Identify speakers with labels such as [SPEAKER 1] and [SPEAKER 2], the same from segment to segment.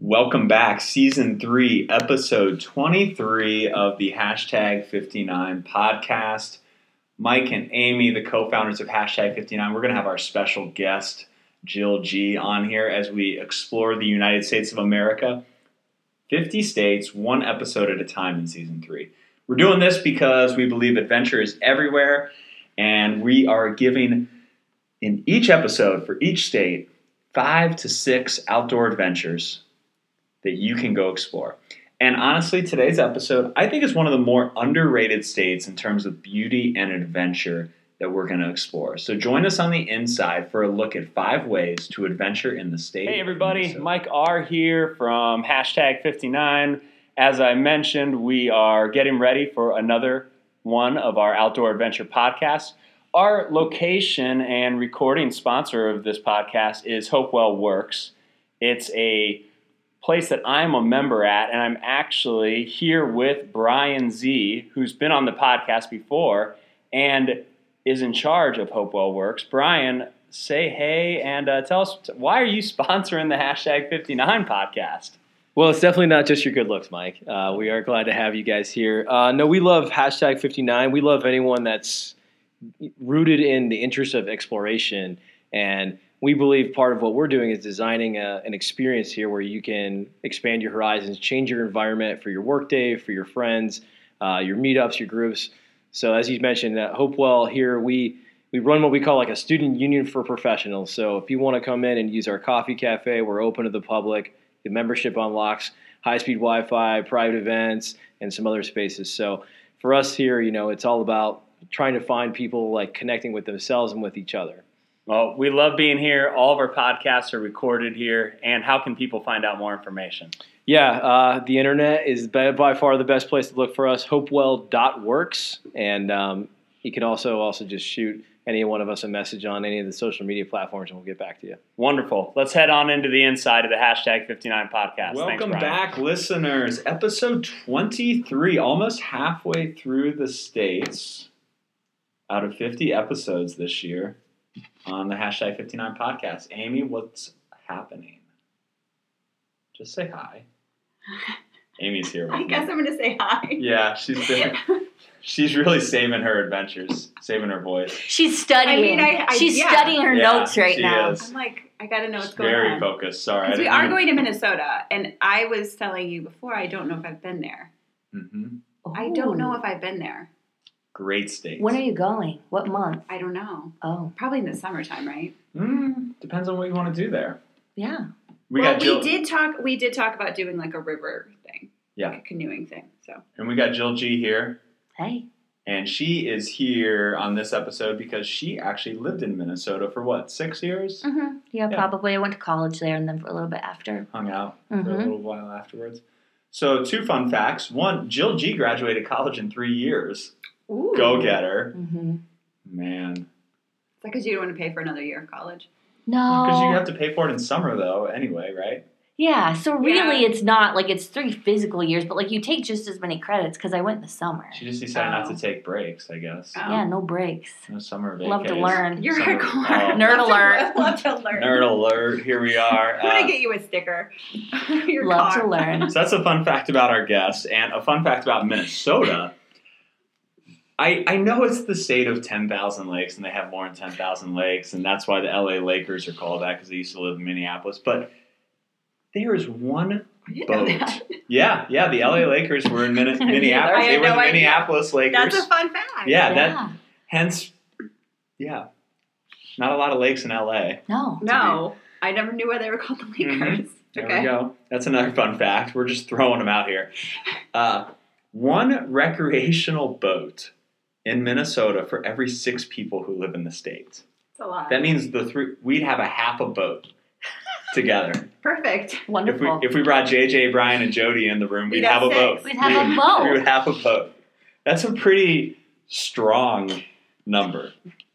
[SPEAKER 1] Welcome back, season three, episode 23 of the hashtag 59 podcast. Mike and Amy, the co founders of hashtag 59, we're going to have our special guest, Jill G, on here as we explore the United States of America. 50 states, one episode at a time in season three. We're doing this because we believe adventure is everywhere, and we are giving in each episode for each state five to six outdoor adventures that you can go explore. And honestly, today's episode, I think, is one of the more underrated states in terms of beauty and adventure that we're going to explore. So join us on the inside for a look at five ways to adventure in the state. of
[SPEAKER 2] Hey, everybody.
[SPEAKER 1] Minnesota.
[SPEAKER 2] Mike R. here from hashtag 59. As I mentioned, we are getting ready for another one of our outdoor adventure podcasts. Our location and recording sponsor of this podcast is Hopewell Works. It's a place that I'm a member at, and I'm actually here with Brian Z, who's been on the podcast before and is in charge of Hopewell Works. Brian, say hey and uh, tell us why are you sponsoring the hashtag 59 podcast?
[SPEAKER 3] Well, it's definitely not just your good looks, Mike. Uh, we are glad to have you guys here. Uh, no, we love hashtag 59. We love anyone that's rooted in the interest of exploration. And we believe part of what we're doing is designing a, an experience here where you can expand your horizons, change your environment for your workday, for your friends, uh, your meetups, your groups. So, as you mentioned, at Hopewell here, we we run what we call like a student union for professionals. So if you want to come in and use our coffee cafe, we're open to the public. The membership unlocks high-speed Wi-Fi, private events, and some other spaces. So for us here, you know, it's all about trying to find people like connecting with themselves and with each other.
[SPEAKER 2] Well, we love being here. All of our podcasts are recorded here. And how can people find out more information?
[SPEAKER 3] Yeah, uh, the internet is by, by far the best place to look for us. Hopewell.works, and um, you can also also just shoot any one of us a message on any of the social media platforms, and we'll get back to you.
[SPEAKER 2] Wonderful. Let's head on into the inside of the hashtag 59 podcast.
[SPEAKER 1] Welcome
[SPEAKER 2] Thanks, Brian.
[SPEAKER 1] back, listeners. Episode 23, almost halfway through the states out of 50 episodes this year on the hashtag 59 podcast. Amy, what's happening? Just say hi. Amy's here. With
[SPEAKER 4] I
[SPEAKER 1] me.
[SPEAKER 4] guess I'm gonna say hi.
[SPEAKER 1] Yeah, she's been, she's really saving her adventures, saving her voice.
[SPEAKER 5] She's studying.
[SPEAKER 4] I mean, I- I-
[SPEAKER 5] She's
[SPEAKER 4] yeah.
[SPEAKER 5] studying her
[SPEAKER 1] Yeah,
[SPEAKER 5] notes right
[SPEAKER 1] she
[SPEAKER 5] now.
[SPEAKER 1] is.
[SPEAKER 4] I'm like, I gotta know what's
[SPEAKER 1] She's
[SPEAKER 4] going
[SPEAKER 1] very
[SPEAKER 4] on.
[SPEAKER 1] focused. Sorry. I
[SPEAKER 4] 'Cause we
[SPEAKER 1] didn't
[SPEAKER 4] are
[SPEAKER 1] even-
[SPEAKER 4] going to Minnesota, and I was telling you before, I don't know if I've been there.
[SPEAKER 1] Mhm.
[SPEAKER 4] I don't know
[SPEAKER 5] Ooh.
[SPEAKER 4] if I've been there.
[SPEAKER 1] Great state.
[SPEAKER 5] When are you going? What month?
[SPEAKER 4] I don't know.
[SPEAKER 5] Oh,
[SPEAKER 4] Probably in the summertime, right?
[SPEAKER 1] Mm, depends on what you want to do there.
[SPEAKER 5] yeah.
[SPEAKER 1] We
[SPEAKER 4] well,
[SPEAKER 1] got Jill.
[SPEAKER 4] we did talk. We did talk about doing like a river thing,
[SPEAKER 1] Yeah.
[SPEAKER 4] like a canoeing thing. So
[SPEAKER 1] And we got Jill G here.
[SPEAKER 5] Hey.
[SPEAKER 1] And she is here on this episode because she actually lived in Minnesota for what, six years?
[SPEAKER 4] Mm-hmm.
[SPEAKER 5] hmm Yeah,
[SPEAKER 1] Yeah.
[SPEAKER 5] probably. I went to college there and then for a little bit after.
[SPEAKER 1] Hung out for a
[SPEAKER 4] Mm-hmm.
[SPEAKER 5] Mhm.
[SPEAKER 1] little while afterwards. So, two fun facts. One, Jill G graduated college in three years.
[SPEAKER 4] Ooh.
[SPEAKER 1] Go get her.
[SPEAKER 5] Mm-hmm.
[SPEAKER 1] Man.
[SPEAKER 4] Is that because you don't want to pay for another year of college?
[SPEAKER 5] No.
[SPEAKER 1] Because Oh, you have to pay for it in summer, though, anyway, right?
[SPEAKER 5] yeah. So really,
[SPEAKER 4] Yeah.
[SPEAKER 5] it's not like it's three physical years, but like you take just as many credits because I went in the summer.
[SPEAKER 1] She just decided not
[SPEAKER 4] Oh.
[SPEAKER 1] to take breaks, I guess.
[SPEAKER 4] Oh.
[SPEAKER 5] Yeah, no breaks.
[SPEAKER 1] No summer vacays.
[SPEAKER 5] Love to learn.
[SPEAKER 4] You're
[SPEAKER 1] Summer-
[SPEAKER 4] a car.
[SPEAKER 1] Oh.
[SPEAKER 5] Nerd alert.
[SPEAKER 4] Love to learn.
[SPEAKER 1] Nerd alert. Here we are.
[SPEAKER 4] I'm gonna
[SPEAKER 1] Uh,
[SPEAKER 4] get you a sticker. Your
[SPEAKER 5] Love
[SPEAKER 4] car.
[SPEAKER 5] to learn.
[SPEAKER 1] So that's a fun fact about our guest, and a fun fact about Minnesota. I, I know it's the state of 10,000 lakes, and they have more than 10,000 lakes, and that's why the LA Lakers are called that because they used to live in Minneapolis. But there is one,
[SPEAKER 4] I didn't know
[SPEAKER 1] Boat.
[SPEAKER 4] that.
[SPEAKER 1] yeah, yeah, the LA Lakers were in Minne-
[SPEAKER 5] I
[SPEAKER 1] Minneapolis. They
[SPEAKER 4] had
[SPEAKER 1] were
[SPEAKER 4] no
[SPEAKER 1] the
[SPEAKER 4] idea.
[SPEAKER 1] Minneapolis Lakers.
[SPEAKER 4] That's a fun fact.
[SPEAKER 1] Yeah, that- Hence, yeah, not a lot of lakes in LA.
[SPEAKER 5] No.
[SPEAKER 4] No, I never knew why they were called the Lakers.
[SPEAKER 1] Mm-hmm. There we
[SPEAKER 4] Okay.
[SPEAKER 1] go. That's another fun fact. We're just throwing them out here. Uh, one recreational boat in Minnesota for every six people who live in the state.
[SPEAKER 4] It's a lot.
[SPEAKER 1] That means the three we'd have a half a boat together.
[SPEAKER 4] Perfect.
[SPEAKER 1] if we
[SPEAKER 5] Wonderful.
[SPEAKER 1] if we brought JJ, Brian, and Jody in the room, we'd
[SPEAKER 4] We'd have
[SPEAKER 1] have a
[SPEAKER 4] six.
[SPEAKER 1] boat.
[SPEAKER 5] We'd have a
[SPEAKER 1] We would-
[SPEAKER 5] boat.
[SPEAKER 1] We would have a boat. That's a pretty strong number.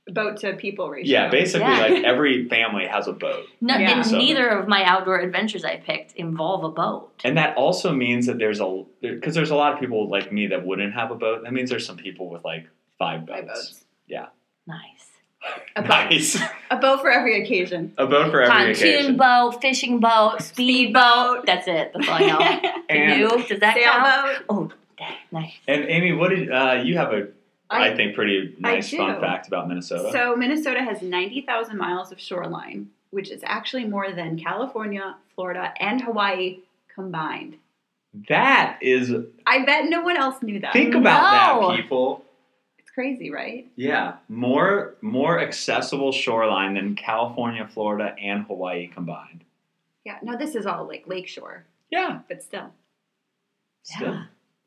[SPEAKER 4] Boat to people ratio.
[SPEAKER 1] Yeah, basically,
[SPEAKER 5] Yeah.
[SPEAKER 1] like every family has a boat.
[SPEAKER 5] no,
[SPEAKER 4] Yeah.
[SPEAKER 5] And
[SPEAKER 1] So-
[SPEAKER 5] neither of my outdoor adventures I picked involve a boat.
[SPEAKER 1] And that also means that there's a because there's a lot of people like me that wouldn't have a boat. That means there's some people with like five boats.
[SPEAKER 4] By boats.
[SPEAKER 5] Nice.
[SPEAKER 4] A boat.
[SPEAKER 1] Nice.
[SPEAKER 4] A boat for every occasion.
[SPEAKER 1] A boat for every
[SPEAKER 5] Pontoon
[SPEAKER 1] occasion.
[SPEAKER 5] boat, fishing boat, speed boat.
[SPEAKER 4] Speedboat.
[SPEAKER 5] That's it. That's all I know.
[SPEAKER 1] And,
[SPEAKER 5] Canoe. Does that count?
[SPEAKER 4] Sailboat.
[SPEAKER 5] Oh, dang, nice.
[SPEAKER 1] and Amy, what did uh, you have a I, think pretty
[SPEAKER 4] I
[SPEAKER 1] nice fun
[SPEAKER 4] do.
[SPEAKER 1] fact about Minnesota.
[SPEAKER 4] So Minnesota has 90,000 miles of shoreline, which is actually more than California, Florida, and Hawaii combined.
[SPEAKER 1] that is
[SPEAKER 4] I bet no one else knew that.
[SPEAKER 1] think about
[SPEAKER 5] No.
[SPEAKER 1] that people.
[SPEAKER 4] it's crazy, right?
[SPEAKER 1] Yeah, more more accessible shoreline than California, Florida, and Hawaii combined.
[SPEAKER 4] Yeah. No, this is all like lakeshore,
[SPEAKER 1] Yeah.
[SPEAKER 4] but still,
[SPEAKER 1] Still.
[SPEAKER 5] Yeah.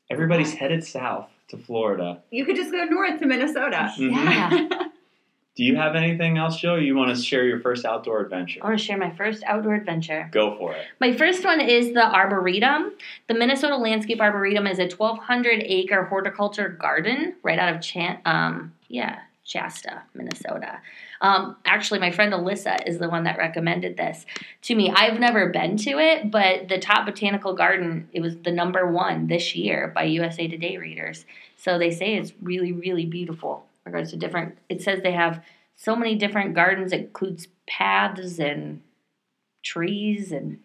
[SPEAKER 1] Everybody's headed south to Florida.
[SPEAKER 4] you could just go north to
[SPEAKER 5] Uh,
[SPEAKER 4] Minnesota.
[SPEAKER 1] Mm-hmm.
[SPEAKER 5] Yeah.
[SPEAKER 1] Do you have anything else, Joe? You want to share your first outdoor adventure?
[SPEAKER 5] I want to share my first outdoor adventure.
[SPEAKER 1] Go for it.
[SPEAKER 5] My first one is the Arboretum. The Minnesota Landscape Arboretum is a 1,200 acre horticulture garden right out of Chan- um, yeah, Shasta, Minnesota. Um, actually, my friend Alyssa is the one that recommended this to me. I've never been to it, but the top botanical garden, it was the number one this year by USA Today readers. So they say it's really, really beautiful. in Regards to different, it says they have so many different gardens, it includes paths and trees and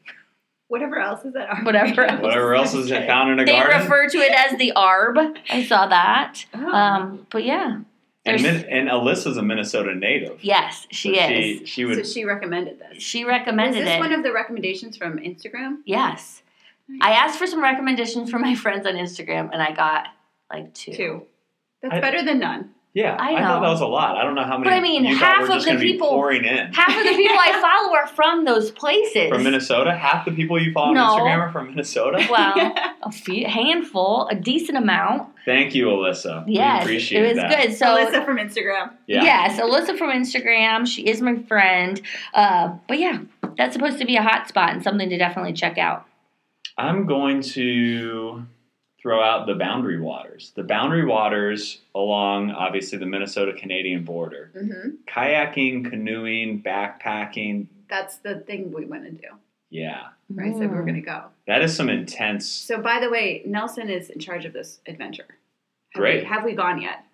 [SPEAKER 4] Whatever else is at our
[SPEAKER 5] Whatever else.
[SPEAKER 1] Whatever else is found in a
[SPEAKER 5] they
[SPEAKER 1] garden.
[SPEAKER 5] refer to it as the arb. I saw that.
[SPEAKER 4] Oh.
[SPEAKER 5] Um, but yeah,
[SPEAKER 1] and,
[SPEAKER 5] there's-
[SPEAKER 1] Min- and Alyssa's a Minnesota native.
[SPEAKER 5] yes, she
[SPEAKER 1] So
[SPEAKER 5] is.
[SPEAKER 1] She, she would.
[SPEAKER 4] so she recommended this.
[SPEAKER 5] She,
[SPEAKER 4] Is
[SPEAKER 5] recommended
[SPEAKER 4] this
[SPEAKER 5] it.
[SPEAKER 4] one of the recommendations from Instagram?
[SPEAKER 5] yes, I asked for some recommendations from my friends on Instagram, and I got like two.
[SPEAKER 4] Two. That's
[SPEAKER 1] I-
[SPEAKER 4] better than none.
[SPEAKER 1] yeah,
[SPEAKER 5] I
[SPEAKER 1] thought
[SPEAKER 5] know.
[SPEAKER 1] that was a lot. I don't know how many.
[SPEAKER 5] But I mean,
[SPEAKER 1] you thought
[SPEAKER 5] half
[SPEAKER 1] were
[SPEAKER 5] of
[SPEAKER 1] just
[SPEAKER 5] the
[SPEAKER 1] gonna be
[SPEAKER 5] people-
[SPEAKER 1] pouring in
[SPEAKER 5] Half of the people I follow are from those places.
[SPEAKER 1] from Minnesota. Half the people you follow
[SPEAKER 5] No.
[SPEAKER 1] on Instagram are from Minnesota.
[SPEAKER 5] Well, a few handful, a decent amount.
[SPEAKER 1] Thank you, Alyssa. we
[SPEAKER 5] Yes,
[SPEAKER 1] appreciate
[SPEAKER 5] it was
[SPEAKER 1] that.
[SPEAKER 5] good. So
[SPEAKER 4] Alyssa from Instagram.
[SPEAKER 1] Yeah.
[SPEAKER 5] Yes, Alyssa from Instagram. She is my friend. Uh, but yeah, that's supposed to be a hot spot and something to definitely check out.
[SPEAKER 1] I'm going to throw out the boundary waters. The boundary waters along, obviously, the Minnesota Canadian border.
[SPEAKER 5] Mm-hmm.
[SPEAKER 4] hmm
[SPEAKER 1] Kayaking, canoeing, backpacking.
[SPEAKER 4] That's the thing we want to do.
[SPEAKER 1] Yeah.
[SPEAKER 4] Right? So
[SPEAKER 5] Mm.
[SPEAKER 4] we're going to go.
[SPEAKER 1] That is some intense.
[SPEAKER 4] So, by the way, Nelson is in charge of this adventure. Have
[SPEAKER 1] Great.
[SPEAKER 4] We, have we gone yet?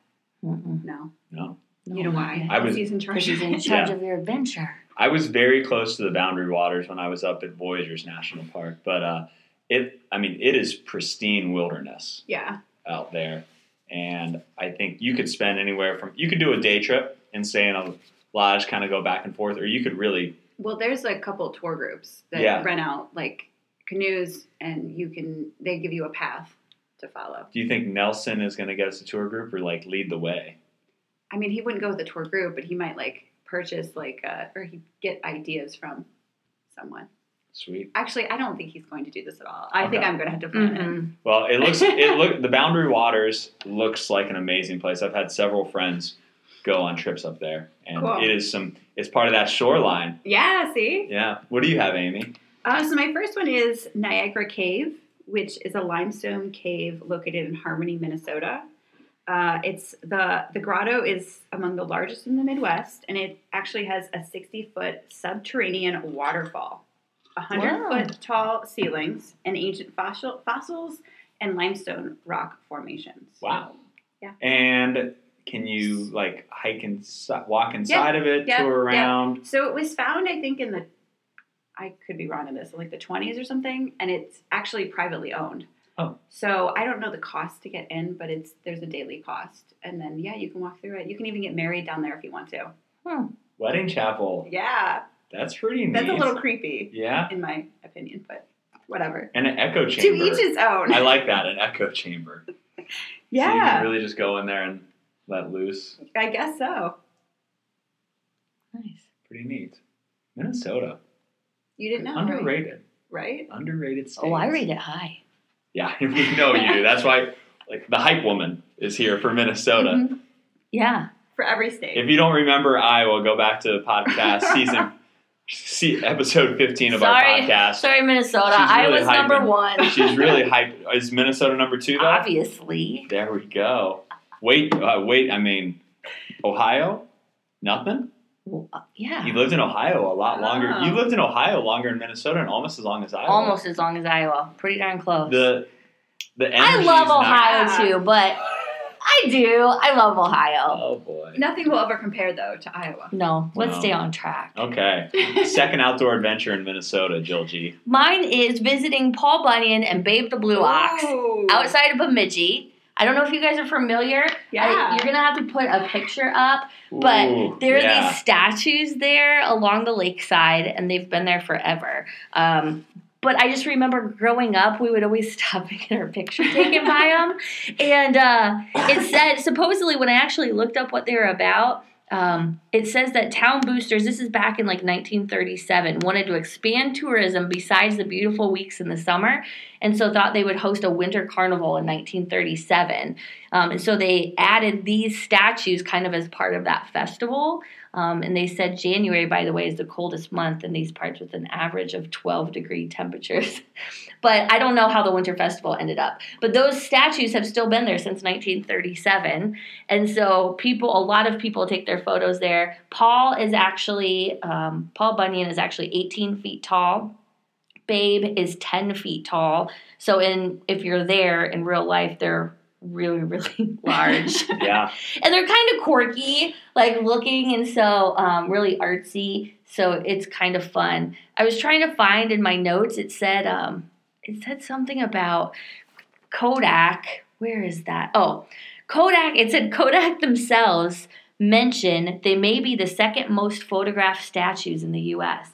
[SPEAKER 5] Mm-mm.
[SPEAKER 4] No.
[SPEAKER 1] No.
[SPEAKER 5] No,
[SPEAKER 4] you know why?
[SPEAKER 1] I was-
[SPEAKER 4] He's in charge.
[SPEAKER 5] Because he's in charge of your adventure.
[SPEAKER 1] I was very close to the boundary waters when I was up at Voyagers National Park, but uh, it, I mean, it is pristine wilderness.
[SPEAKER 4] yeah.
[SPEAKER 1] out there. And I think you could spend anywhere from you could do a day trip and stay in a lodge, kind of go back and forth, or you could really
[SPEAKER 4] Well, there's a couple tour groups that
[SPEAKER 1] Yeah.
[SPEAKER 4] rent out like canoes, and you can they give you a path to follow.
[SPEAKER 1] do you think Nelson is gonna get us a tour group or like lead the way?
[SPEAKER 4] I mean, he wouldn't go with the tour group, but he might like purchase like uh, or he get ideas from someone.
[SPEAKER 1] Sweet.
[SPEAKER 4] Actually, I don't think he's going to do this at all. I think
[SPEAKER 1] Okay. Mm-hmm.
[SPEAKER 4] I'm going to have to plan it.
[SPEAKER 1] Well, it looks it look the Boundary Waters looks like an amazing place. I've had several friends go on trips up there and
[SPEAKER 4] Cool.
[SPEAKER 1] it is some it's part of that shoreline.
[SPEAKER 4] Yeah. See.
[SPEAKER 1] Yeah. What do you have, Amy?
[SPEAKER 4] Uh, so my first one is Niagara Cave, which is a limestone cave located in Harmony, Minnesota. Uh, it's the the grotto is among the largest in the Midwest, and it actually has a 60 foot subterranean waterfall, 100
[SPEAKER 5] Wow.
[SPEAKER 4] foot tall ceilings, and ancient fossil fossils and limestone rock formations.
[SPEAKER 1] Wow.
[SPEAKER 4] Yeah.
[SPEAKER 1] And can you like hike and walk inside of it,
[SPEAKER 4] yeah,
[SPEAKER 1] tour
[SPEAKER 4] yeah.
[SPEAKER 1] around?
[SPEAKER 4] So it was found, I think, in the I could be wrong on this, like the 20s or something, and it's actually privately owned.
[SPEAKER 1] Oh.
[SPEAKER 4] So I don't know the cost to get in, but it's there's a daily cost, and then yeah, you can walk through it. You can even get married down there if you want to.
[SPEAKER 1] Wedding chapel.
[SPEAKER 4] Yeah,
[SPEAKER 1] That's pretty neat.
[SPEAKER 4] that's a little creepy,
[SPEAKER 1] Yeah,
[SPEAKER 4] in my opinion, but whatever.
[SPEAKER 1] and an echo
[SPEAKER 4] To
[SPEAKER 1] chamber.
[SPEAKER 4] each his own.
[SPEAKER 1] I like that an echo chamber. so you
[SPEAKER 4] yeah,
[SPEAKER 1] can really just go in there and let loose.
[SPEAKER 4] I guess so.
[SPEAKER 5] Nice.
[SPEAKER 1] Pretty neat. Minnesota
[SPEAKER 4] You didn't know, right?
[SPEAKER 1] underrated,
[SPEAKER 4] Right?
[SPEAKER 1] underrated state.
[SPEAKER 5] Oh, I rate it high.
[SPEAKER 1] Yeah, we know you do. That's why, like the hype woman is here for Minnesota.
[SPEAKER 5] Mhm. Yeah.
[SPEAKER 4] Mm-hmm. For every state.
[SPEAKER 1] If you don't remember Iowa, go back to the podcast season, see, episode fifteen of our
[SPEAKER 5] Sorry.
[SPEAKER 1] podcast.
[SPEAKER 5] Sorry, Minnesota.
[SPEAKER 1] She's
[SPEAKER 5] I
[SPEAKER 1] really
[SPEAKER 5] was number
[SPEAKER 1] hyping.
[SPEAKER 5] one.
[SPEAKER 1] She's really hyped. Is Minnesota number two though?
[SPEAKER 5] Obviously.
[SPEAKER 1] There we go. Wait, uh, wait. I mean, Ohio, nothing.
[SPEAKER 5] Well, uh, yeah.
[SPEAKER 1] You lived in Ohio a lot longer.
[SPEAKER 4] Oh.
[SPEAKER 1] You lived in Ohio longer in Minnesota and almost as long as Iowa.
[SPEAKER 5] Almost as long as Iowa. Pretty darn close.
[SPEAKER 1] The the
[SPEAKER 5] I
[SPEAKER 1] energy's
[SPEAKER 5] love
[SPEAKER 1] not-
[SPEAKER 5] Ohio
[SPEAKER 4] not-
[SPEAKER 5] too, but I do. I love Ohio.
[SPEAKER 1] Oh boy.
[SPEAKER 4] Nothing will ever compare though to Iowa.
[SPEAKER 5] No, let's
[SPEAKER 1] No.
[SPEAKER 5] stay on track.
[SPEAKER 1] Okay. Second outdoor adventure in Minnesota, Jill G.
[SPEAKER 5] Mine is visiting Paul Bunyan and Babe the Blue Ox
[SPEAKER 4] Ooh.
[SPEAKER 5] outside of Bemidji. I don't know if you guys are familiar.
[SPEAKER 4] Yeah.
[SPEAKER 5] I- you're gonna have to put a picture up, but
[SPEAKER 1] Ooh,
[SPEAKER 5] there are
[SPEAKER 1] yeah.
[SPEAKER 5] these statues there along the lakeside, and they've been there forever. Um, but I just remember growing up, we would always stop and get our picture taken by them. And uh, it said, supposedly, when I actually looked up what they were about, um, it says that town boosters, this is back in like 1937, wanted to expand tourism besides the beautiful weeks in the summer, and so thought they would host a winter carnival in 1937. Um, and so they added these statues kind of as part of that festival. Um, and they said January, by the way, is the coldest month in these parts with an average of 12 degree temperatures. but I don't know how the Winter Festival ended up. But those statues have still been there since 1937. And so people, a lot of people take their photos there. Paul is actually, um, Paul Bunyan is actually 18 feet tall. Babe is 10 feet tall. So in if you're there in real life, they're really, really large
[SPEAKER 1] Yeah.
[SPEAKER 5] and they're kind of quirky, like looking, and so um, really artsy. So it's kind of fun. I was trying to find in my notes. It said um, it said something about Kodak. Where is that? Oh, Kodak. It said Kodak themselves mention they may be the second most photographed statues in the U.S.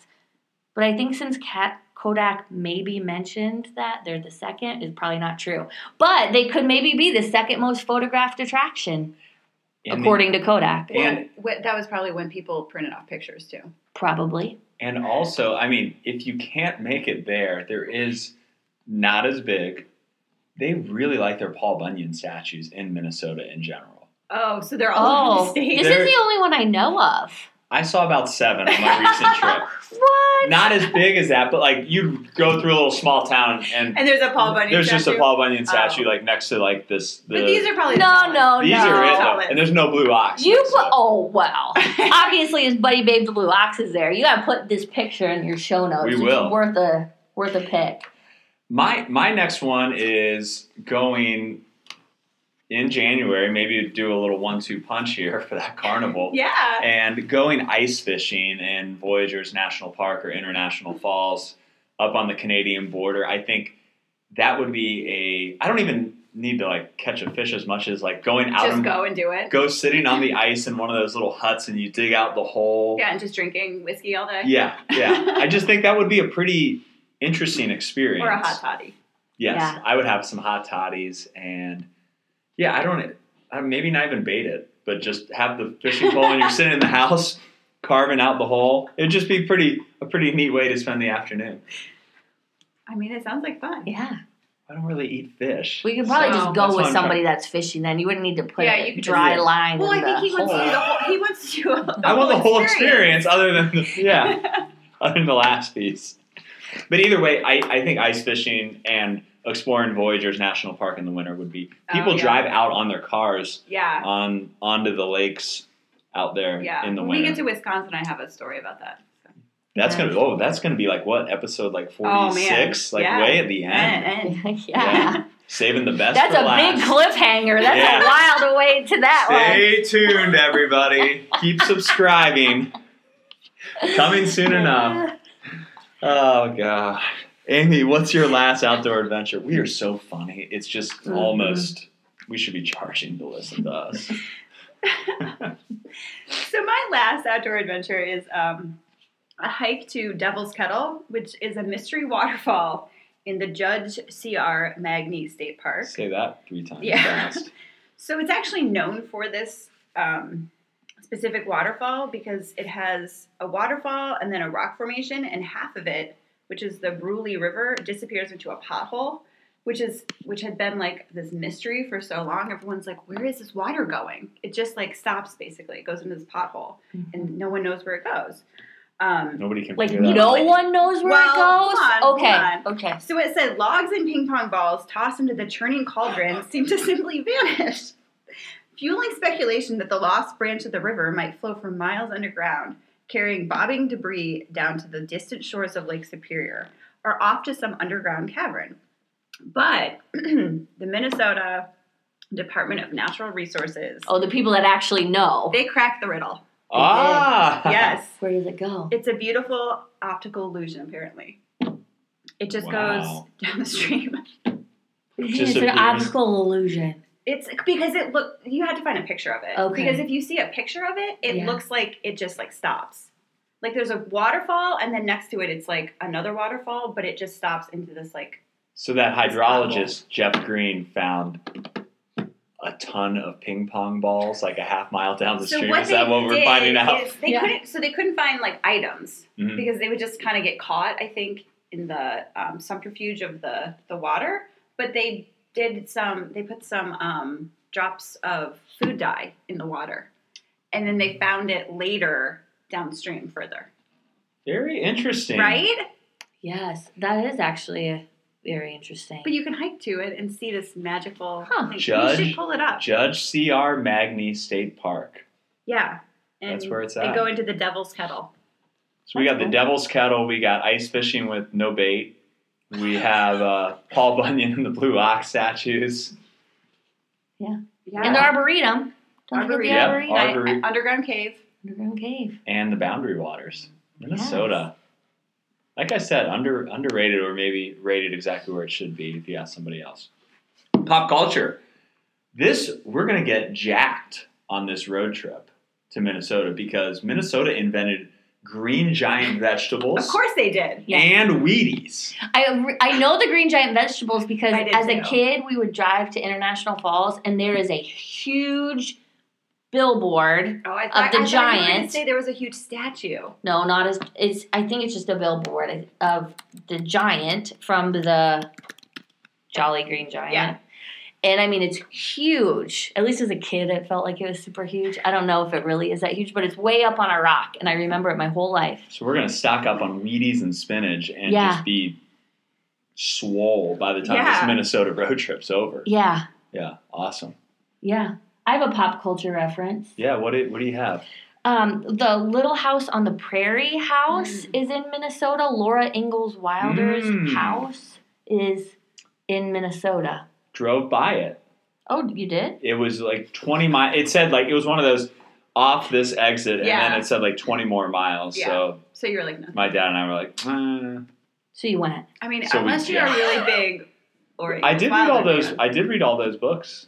[SPEAKER 5] But I think since Cat. Kodak maybe mentioned that they're the second is probably not true, but they could maybe be the second most photographed attraction
[SPEAKER 1] In the-
[SPEAKER 5] according to Kodak.
[SPEAKER 4] Well,
[SPEAKER 1] And-
[SPEAKER 4] wh- that was probably when people printed off pictures too.
[SPEAKER 5] Probably.
[SPEAKER 1] And also, I mean, if you can't make it there, there is not as big. They really like their Paul Bunyan statues in Minnesota in general.
[SPEAKER 4] Oh, so they're all over
[SPEAKER 5] Oh,
[SPEAKER 4] the
[SPEAKER 5] this
[SPEAKER 4] state.
[SPEAKER 1] They're-
[SPEAKER 5] is the only one I know of.
[SPEAKER 1] I saw about seven on my recent trip.
[SPEAKER 5] What?
[SPEAKER 1] Not as big as that, but like you go through a little small town and,
[SPEAKER 4] And there's a Paul Bunyan.
[SPEAKER 1] there's just a
[SPEAKER 4] statue.
[SPEAKER 1] Paul Bunyan
[SPEAKER 4] Oh.
[SPEAKER 1] statue like next to like this. The,
[SPEAKER 4] But these are probably
[SPEAKER 5] no, no,
[SPEAKER 1] these
[SPEAKER 5] no.
[SPEAKER 1] are it
[SPEAKER 4] no.
[SPEAKER 1] though, and there's no blue ox.
[SPEAKER 5] You
[SPEAKER 1] so-
[SPEAKER 5] put. Oh wow. Obviously, his buddy Babe the Blue Ox is there. You gotta put this picture in your show notes.
[SPEAKER 1] We
[SPEAKER 5] It's
[SPEAKER 1] will.
[SPEAKER 5] worth a worth a pick.
[SPEAKER 1] My my next one is going in January. Maybe do a little one-two punch here for that carnival.
[SPEAKER 4] Yeah.
[SPEAKER 1] And going ice fishing in Voyagers National Park or International Falls up on the Canadian border. I think that would be a. I don't even need to like catch a fish as much as like going out
[SPEAKER 4] Just
[SPEAKER 1] and
[SPEAKER 4] go and do it.
[SPEAKER 1] go sitting on the ice in one of those little huts and you dig out the hole.
[SPEAKER 4] Yeah, and just drinking whiskey all day.
[SPEAKER 1] Yeah, yeah. I just think that would be a pretty interesting experience.
[SPEAKER 4] Or a hot toddy.
[SPEAKER 1] Yes,
[SPEAKER 5] Yeah.
[SPEAKER 1] I would have some hot toddies and yeah, I don't I maybe not even bait it, but just have the fishing pole and you're sitting in the house carving out the hole. It'd just be pretty a pretty neat way to spend the afternoon.
[SPEAKER 4] I mean, it sounds like fun.
[SPEAKER 5] Yeah,
[SPEAKER 1] I don't really eat fish.
[SPEAKER 5] we could
[SPEAKER 4] So,
[SPEAKER 5] probably just
[SPEAKER 1] that's
[SPEAKER 5] go
[SPEAKER 1] what
[SPEAKER 5] with
[SPEAKER 1] I'm
[SPEAKER 5] somebody that's fishing. Then you wouldn't need to put
[SPEAKER 4] Yeah,
[SPEAKER 5] a
[SPEAKER 4] you could just-
[SPEAKER 5] dry line.
[SPEAKER 4] Well, I
[SPEAKER 5] in
[SPEAKER 4] think he wants to do
[SPEAKER 5] hole.
[SPEAKER 4] the whole. He wants to do. a- The
[SPEAKER 1] I want the whole experience
[SPEAKER 4] experience.
[SPEAKER 1] other than the, yeah, other than the last piece. But either way, I, I think ice fishing and exploring Voyagers National Park in the winter would be
[SPEAKER 4] Oh,
[SPEAKER 1] people
[SPEAKER 4] yeah.
[SPEAKER 1] drive out on their cars
[SPEAKER 4] Yeah.
[SPEAKER 1] on onto the lakes out there
[SPEAKER 4] Yeah.
[SPEAKER 1] in the
[SPEAKER 4] when we
[SPEAKER 1] winter.
[SPEAKER 4] get to Wisconsin, I have a story about that. So.
[SPEAKER 1] That's
[SPEAKER 5] Yeah.
[SPEAKER 1] gonna oh, that's gonna be like what episode like
[SPEAKER 4] Oh, man.
[SPEAKER 1] forty six, like
[SPEAKER 4] Yeah.
[SPEAKER 1] way at the end,
[SPEAKER 4] And, and
[SPEAKER 5] yeah.
[SPEAKER 1] Yeah. saving the best.
[SPEAKER 5] That's
[SPEAKER 1] for
[SPEAKER 5] a
[SPEAKER 1] last.
[SPEAKER 5] big cliffhanger. That's
[SPEAKER 1] Yeah.
[SPEAKER 5] a wild way to that one.
[SPEAKER 1] Stay tuned, everybody. Keep subscribing. Coming soon enough. Oh god, Amy, what's your last outdoor adventure? We are so funny. It's just
[SPEAKER 4] Mm-hmm.
[SPEAKER 5] Mhm.
[SPEAKER 1] almost we should be charging to listen to us.
[SPEAKER 4] so my last outdoor adventure is um, a hike to Devil's Kettle, which is a mystery waterfall in the Judge C.R. Magny State Park.
[SPEAKER 1] Say that three times
[SPEAKER 4] Yeah.
[SPEAKER 1] fast.
[SPEAKER 4] So it's actually known for this um, specific waterfall because it has a waterfall and then a rock formation, and half of it, which is the Brule River, disappears into a pothole, which is which had been like this mystery for so long. Everyone's like, "Where is this water going?" It just like stops basically. It goes into this pothole, and no one knows where it goes. Um,
[SPEAKER 1] Nobody can
[SPEAKER 5] Like
[SPEAKER 1] figure that out.
[SPEAKER 5] no one knows where
[SPEAKER 4] Well,
[SPEAKER 5] it goes.
[SPEAKER 4] hold on,
[SPEAKER 5] okay.
[SPEAKER 4] hold
[SPEAKER 5] Okay.
[SPEAKER 4] So it said logs and ping pong balls tossed into the churning cauldron seemed to simply vanish, fueling speculation that the lost branch of the river might flow for miles underground, carrying bobbing debris down to the distant shores of Lake Superior or off to some underground cavern. But the Minnesota Department of Natural Resources.
[SPEAKER 5] Oh, the people that actually know.
[SPEAKER 4] They cracked the riddle.
[SPEAKER 1] Ah,
[SPEAKER 4] Yes.
[SPEAKER 5] Where does it go?
[SPEAKER 4] It's a beautiful optical illusion, apparently. It just
[SPEAKER 1] Wow.
[SPEAKER 4] goes down the stream.
[SPEAKER 5] It's an
[SPEAKER 1] disappears.
[SPEAKER 5] optical illusion.
[SPEAKER 4] It's because it look you had to find a picture of it.
[SPEAKER 5] Okay.
[SPEAKER 4] Because if you see a picture of it, it
[SPEAKER 5] Yeah.
[SPEAKER 4] looks like it just like stops. Like there's a waterfall and then next to it it's like another waterfall, but it just stops into this like
[SPEAKER 1] So that
[SPEAKER 4] It's awful.
[SPEAKER 1] hydrologist Jeff Green found a ton of ping pong balls like a half mile down the stream. Is that what we're
[SPEAKER 4] did
[SPEAKER 1] finding out?
[SPEAKER 4] is they
[SPEAKER 5] Yeah.
[SPEAKER 4] couldn't so they couldn't find like items
[SPEAKER 1] Mhm.
[SPEAKER 4] because they would just kind of get caught, I think, in the um, subterfuge of the the water. But they did some. They put some um, drops of food dye in the water, and then they found it later downstream further.
[SPEAKER 1] Very interesting.
[SPEAKER 4] Right?
[SPEAKER 5] Yes, that is actually very interesting.
[SPEAKER 4] But you can hike to it and see this magical.
[SPEAKER 5] Huh.
[SPEAKER 4] thing. You
[SPEAKER 1] Judge-
[SPEAKER 4] should pull it up.
[SPEAKER 1] Judge C.R. Magny State Park.
[SPEAKER 4] yeah. And
[SPEAKER 1] That's where it's
[SPEAKER 4] And
[SPEAKER 1] at.
[SPEAKER 4] go into the Devil's Kettle.
[SPEAKER 1] So we got the Devil's Kettle. We got ice fishing with no bait. We have uh, Paul Bunyan and the Blue Ox statues.
[SPEAKER 4] Yeah.
[SPEAKER 5] and the arboretum. Don't forget
[SPEAKER 4] Arboretum.
[SPEAKER 5] the arboretum.
[SPEAKER 1] Yep.
[SPEAKER 4] I-
[SPEAKER 1] Arboretum.
[SPEAKER 4] underground cave.
[SPEAKER 5] Underground cave.
[SPEAKER 1] and the Boundary Waters, Minnesota. Like I said, under underrated or maybe rated exactly where it should be if you ask somebody else. Pop culture. This we're gonna get jacked on this road trip to Minnesota because Minnesota invented green giant vegetables
[SPEAKER 4] Of course they did.
[SPEAKER 5] Yeah.
[SPEAKER 1] and Wheaties.
[SPEAKER 5] I, I know the green giant vegetables because
[SPEAKER 4] I did
[SPEAKER 5] as a
[SPEAKER 4] too.
[SPEAKER 5] kid we would drive to International Falls and there is a huge billboard.
[SPEAKER 4] Oh, I
[SPEAKER 5] the
[SPEAKER 4] thought, I thought you were gonna
[SPEAKER 5] giant.
[SPEAKER 4] say there was a huge statue.
[SPEAKER 5] No, not as it's. I think it's just a billboard of the giant from the Jolly Green Giant.
[SPEAKER 4] Yeah.
[SPEAKER 5] And I mean, it's huge. At least as a kid, it felt like it was super huge. I don't know if it really is that huge, but it's way up on a rock, and I remember it my whole life.
[SPEAKER 1] So we're gonna stock up on Wheaties and spinach and
[SPEAKER 5] Yeah.
[SPEAKER 1] just be swole by the time
[SPEAKER 4] Yeah.
[SPEAKER 1] this Minnesota road trip's over.
[SPEAKER 5] Yeah,
[SPEAKER 1] Yeah, awesome.
[SPEAKER 5] yeah. I have a pop culture reference.
[SPEAKER 1] Yeah, what do, what do you have?
[SPEAKER 5] Um, the Little House on the Prairie house is in Minnesota. Laura Ingalls Wilder's
[SPEAKER 1] Mm.
[SPEAKER 5] house is in Minnesota.
[SPEAKER 1] Drove by it.
[SPEAKER 5] Oh, you did?
[SPEAKER 1] it was like 20 miles. It said like it was one of those off this exit, and
[SPEAKER 4] Yeah.
[SPEAKER 1] then it said like 20 more miles. So
[SPEAKER 4] So you were like, no.
[SPEAKER 1] my dad and I were like, "Uh."
[SPEAKER 5] So you went.
[SPEAKER 4] I mean,
[SPEAKER 1] So we-
[SPEAKER 4] unless you're
[SPEAKER 1] yeah.
[SPEAKER 4] a really big or
[SPEAKER 1] I did read all those. I did read all those books.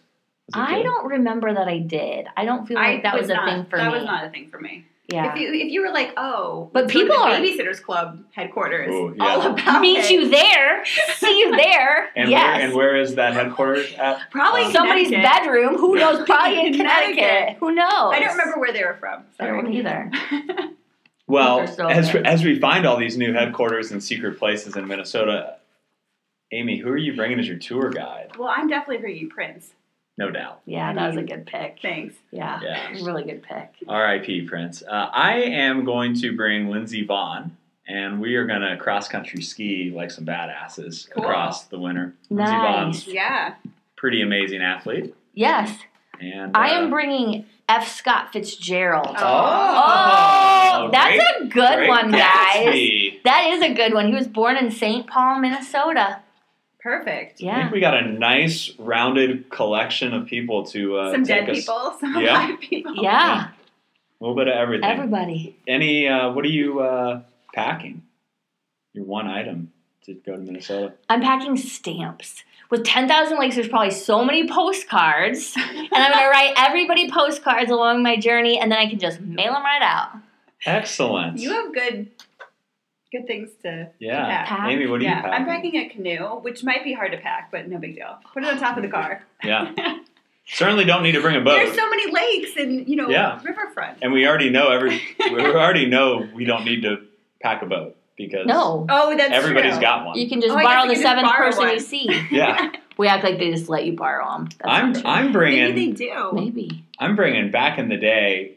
[SPEAKER 1] as a
[SPEAKER 5] I
[SPEAKER 1] kid.
[SPEAKER 5] don't remember that I did. I don't feel like that was, a
[SPEAKER 4] not,
[SPEAKER 5] thing for
[SPEAKER 4] that
[SPEAKER 5] me.
[SPEAKER 4] was not a thing for me.
[SPEAKER 5] yeah.
[SPEAKER 4] If you if you were like, oh,
[SPEAKER 5] But
[SPEAKER 4] let's go to
[SPEAKER 5] people
[SPEAKER 4] the
[SPEAKER 5] are-
[SPEAKER 4] babysitters club headquarters,
[SPEAKER 1] Oh,
[SPEAKER 4] all
[SPEAKER 1] yeah.
[SPEAKER 4] about
[SPEAKER 5] Meet
[SPEAKER 4] it.
[SPEAKER 5] you there. See you there.
[SPEAKER 1] And
[SPEAKER 5] yes.
[SPEAKER 1] where and where is that headquarters at?
[SPEAKER 4] probably
[SPEAKER 1] Um,
[SPEAKER 5] Somebody's
[SPEAKER 4] Connecticut.
[SPEAKER 5] bedroom. Who knows? Probably in
[SPEAKER 4] Connecticut.
[SPEAKER 5] Connecticut. Who knows?
[SPEAKER 4] I don't remember where they were from.
[SPEAKER 5] I don't
[SPEAKER 4] Sorry.
[SPEAKER 5] either.
[SPEAKER 1] Well,
[SPEAKER 5] Those are so
[SPEAKER 1] as
[SPEAKER 5] good.
[SPEAKER 1] as we find all these new headquarters and secret places in Minnesota, Amy, who are you bringing as your tour guide?
[SPEAKER 4] Well, I'm definitely bringing Prince.
[SPEAKER 1] No doubt.
[SPEAKER 5] Yeah, that was a good pick.
[SPEAKER 4] Thanks.
[SPEAKER 5] Yeah.
[SPEAKER 1] Yeah.
[SPEAKER 5] Really good pick.
[SPEAKER 1] R.I.P. Prince. Uh, I am going to bring Lindsey Vaughn, and we are going to cross country ski like some badasses
[SPEAKER 4] Cool.
[SPEAKER 1] across the winter. Lindsey
[SPEAKER 5] Nice.
[SPEAKER 1] Vaughn's
[SPEAKER 4] Yeah.
[SPEAKER 1] pretty amazing athlete,
[SPEAKER 5] Yes.
[SPEAKER 1] and
[SPEAKER 5] I
[SPEAKER 1] uh,
[SPEAKER 5] am bringing F. Scott Fitzgerald.
[SPEAKER 4] Oh.
[SPEAKER 5] Oh, that's
[SPEAKER 1] great-
[SPEAKER 5] a good
[SPEAKER 1] great
[SPEAKER 5] one, guys.
[SPEAKER 1] Gatsby.
[SPEAKER 5] That is a good one. He was born in St. Paul, Minnesota.
[SPEAKER 4] Perfect.
[SPEAKER 1] I think
[SPEAKER 5] Yeah.
[SPEAKER 1] we got a nice rounded collection of people to uh,
[SPEAKER 4] some
[SPEAKER 1] take
[SPEAKER 4] dead
[SPEAKER 1] us
[SPEAKER 4] people, some
[SPEAKER 1] Yeah.
[SPEAKER 4] alive people.
[SPEAKER 5] Yeah.
[SPEAKER 1] a little bit of everything.
[SPEAKER 5] Everybody.
[SPEAKER 1] Any? Uh, what are you uh, packing? Your one item to go to Minnesota.
[SPEAKER 5] I'm packing stamps. With 10,000 likes, there's probably so many postcards. And I'm going to write everybody postcards along my journey, and then I can just mail them right out.
[SPEAKER 1] Excellent.
[SPEAKER 4] You have good, good things to
[SPEAKER 1] yeah.
[SPEAKER 4] pack.
[SPEAKER 5] Pack.
[SPEAKER 1] Amy, what are you
[SPEAKER 4] yeah,
[SPEAKER 1] packing?
[SPEAKER 4] I'm packing a canoe, which might be hard to pack, but no big deal. Put it on top of the car.
[SPEAKER 1] Yeah. Certainly don't need to bring a boat.
[SPEAKER 4] There's so many lakes and you know
[SPEAKER 1] Yeah.
[SPEAKER 4] riverfront.
[SPEAKER 1] and we already know every we already know we don't need to pack a boat because
[SPEAKER 5] No.
[SPEAKER 4] Oh, that's
[SPEAKER 1] everybody's
[SPEAKER 4] true.
[SPEAKER 1] got one.
[SPEAKER 5] You can just
[SPEAKER 4] Oh, I guess
[SPEAKER 5] borrow
[SPEAKER 4] you
[SPEAKER 5] the
[SPEAKER 4] can just
[SPEAKER 5] seventh
[SPEAKER 4] borrow
[SPEAKER 5] person you
[SPEAKER 4] one.
[SPEAKER 5] see.
[SPEAKER 1] Yeah.
[SPEAKER 5] We act like they just let you borrow them. That's
[SPEAKER 1] I'm
[SPEAKER 5] not true.
[SPEAKER 1] I'm
[SPEAKER 4] Maybe
[SPEAKER 1] bringing
[SPEAKER 4] they do.
[SPEAKER 5] Maybe.
[SPEAKER 4] oh,
[SPEAKER 1] I'm bringing back in the day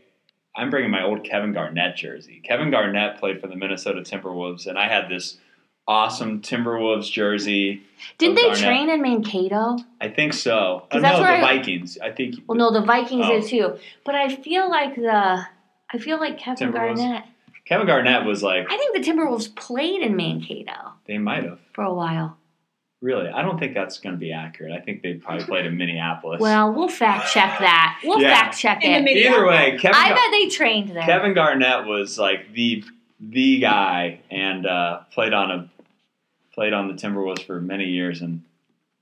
[SPEAKER 1] I'm bringing my old Kevin Garnett jersey. Kevin Garnett played for the Minnesota Timberwolves and I had this awesome Timberwolves jersey.
[SPEAKER 5] Didn't they
[SPEAKER 1] Garnett.
[SPEAKER 5] train in Mankato?
[SPEAKER 1] I think so. Oh,
[SPEAKER 5] 'Cause
[SPEAKER 1] no,
[SPEAKER 5] that's
[SPEAKER 1] the
[SPEAKER 5] where I-
[SPEAKER 1] Vikings. I think
[SPEAKER 5] Well, no, the Vikings
[SPEAKER 1] Oh.
[SPEAKER 5] did too. But I feel like the, I feel like Kevin
[SPEAKER 1] Timberwolves.
[SPEAKER 5] Garnett.
[SPEAKER 1] Kevin Garnett was like
[SPEAKER 5] I think the Timberwolves played in Mankato
[SPEAKER 1] they might have.
[SPEAKER 5] for a while.
[SPEAKER 1] Really, I don't think that's going to be accurate. I think they probably played in Minneapolis.
[SPEAKER 5] Well, we'll fact check that. We'll
[SPEAKER 1] Yeah.
[SPEAKER 5] fact check
[SPEAKER 4] In the
[SPEAKER 5] it.
[SPEAKER 4] mid-
[SPEAKER 1] either way, Kevin
[SPEAKER 5] I
[SPEAKER 1] Gar-
[SPEAKER 5] bet they trained there.
[SPEAKER 1] Kevin Garnett was like the the guy and uh, played on a played on the Timberwolves for many years. And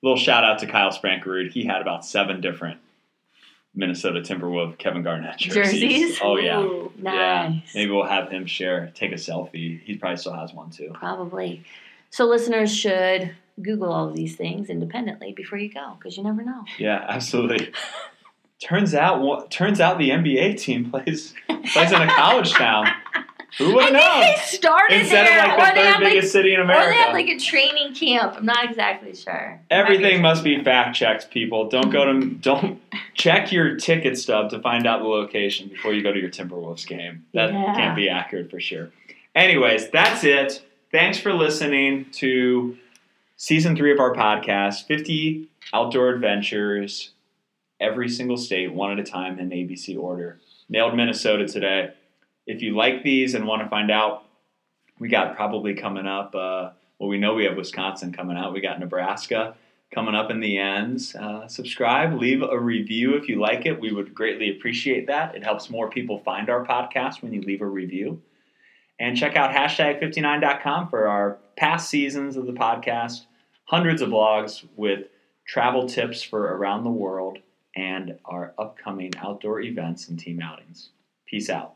[SPEAKER 1] little shout out to Kyle Sprankerud. He had about seven different Minnesota Timberwolves Kevin Garnett jerseys.
[SPEAKER 5] Jerseys?
[SPEAKER 1] Oh yeah.
[SPEAKER 4] Ooh.
[SPEAKER 1] Yeah,
[SPEAKER 5] nice.
[SPEAKER 1] maybe we'll have him share, take a selfie. He probably still has one too.
[SPEAKER 5] Probably. So listeners should Google all of these things independently before you go, because you never know.
[SPEAKER 1] Yeah, absolutely. turns out, wa- turns out the NBA team plays plays in a college town. Who would have
[SPEAKER 5] I think
[SPEAKER 1] known?
[SPEAKER 5] they started
[SPEAKER 1] Instead
[SPEAKER 5] there,
[SPEAKER 1] of like the
[SPEAKER 5] or they
[SPEAKER 1] third
[SPEAKER 5] had like,
[SPEAKER 1] biggest city in
[SPEAKER 5] or
[SPEAKER 1] America.
[SPEAKER 5] they had like a training camp. I'm not exactly sure.
[SPEAKER 1] Everything must be fact checked, people. Don't go to don't check your ticket stub to find out the location before you go to your Timberwolves game. That
[SPEAKER 5] Yeah.
[SPEAKER 1] can't be accurate for sure. Anyways, that's it. Thanks for listening to season three of our podcast, 50 outdoor adventures, every single state, one at a time in ABC order. Nailed Minnesota today. If you like these and want to find out, we got probably coming up. Uh, well, we know we have Wisconsin coming out. We got Nebraska coming up in the ends. Uh, subscribe, leave a review if you like it. We would greatly appreciate that. It helps more people find our podcast when you leave a review. And check out hashtag59.com for our past seasons of the podcast, hundreds of blogs with travel tips for around the world, and our upcoming outdoor events and team outings. Peace out.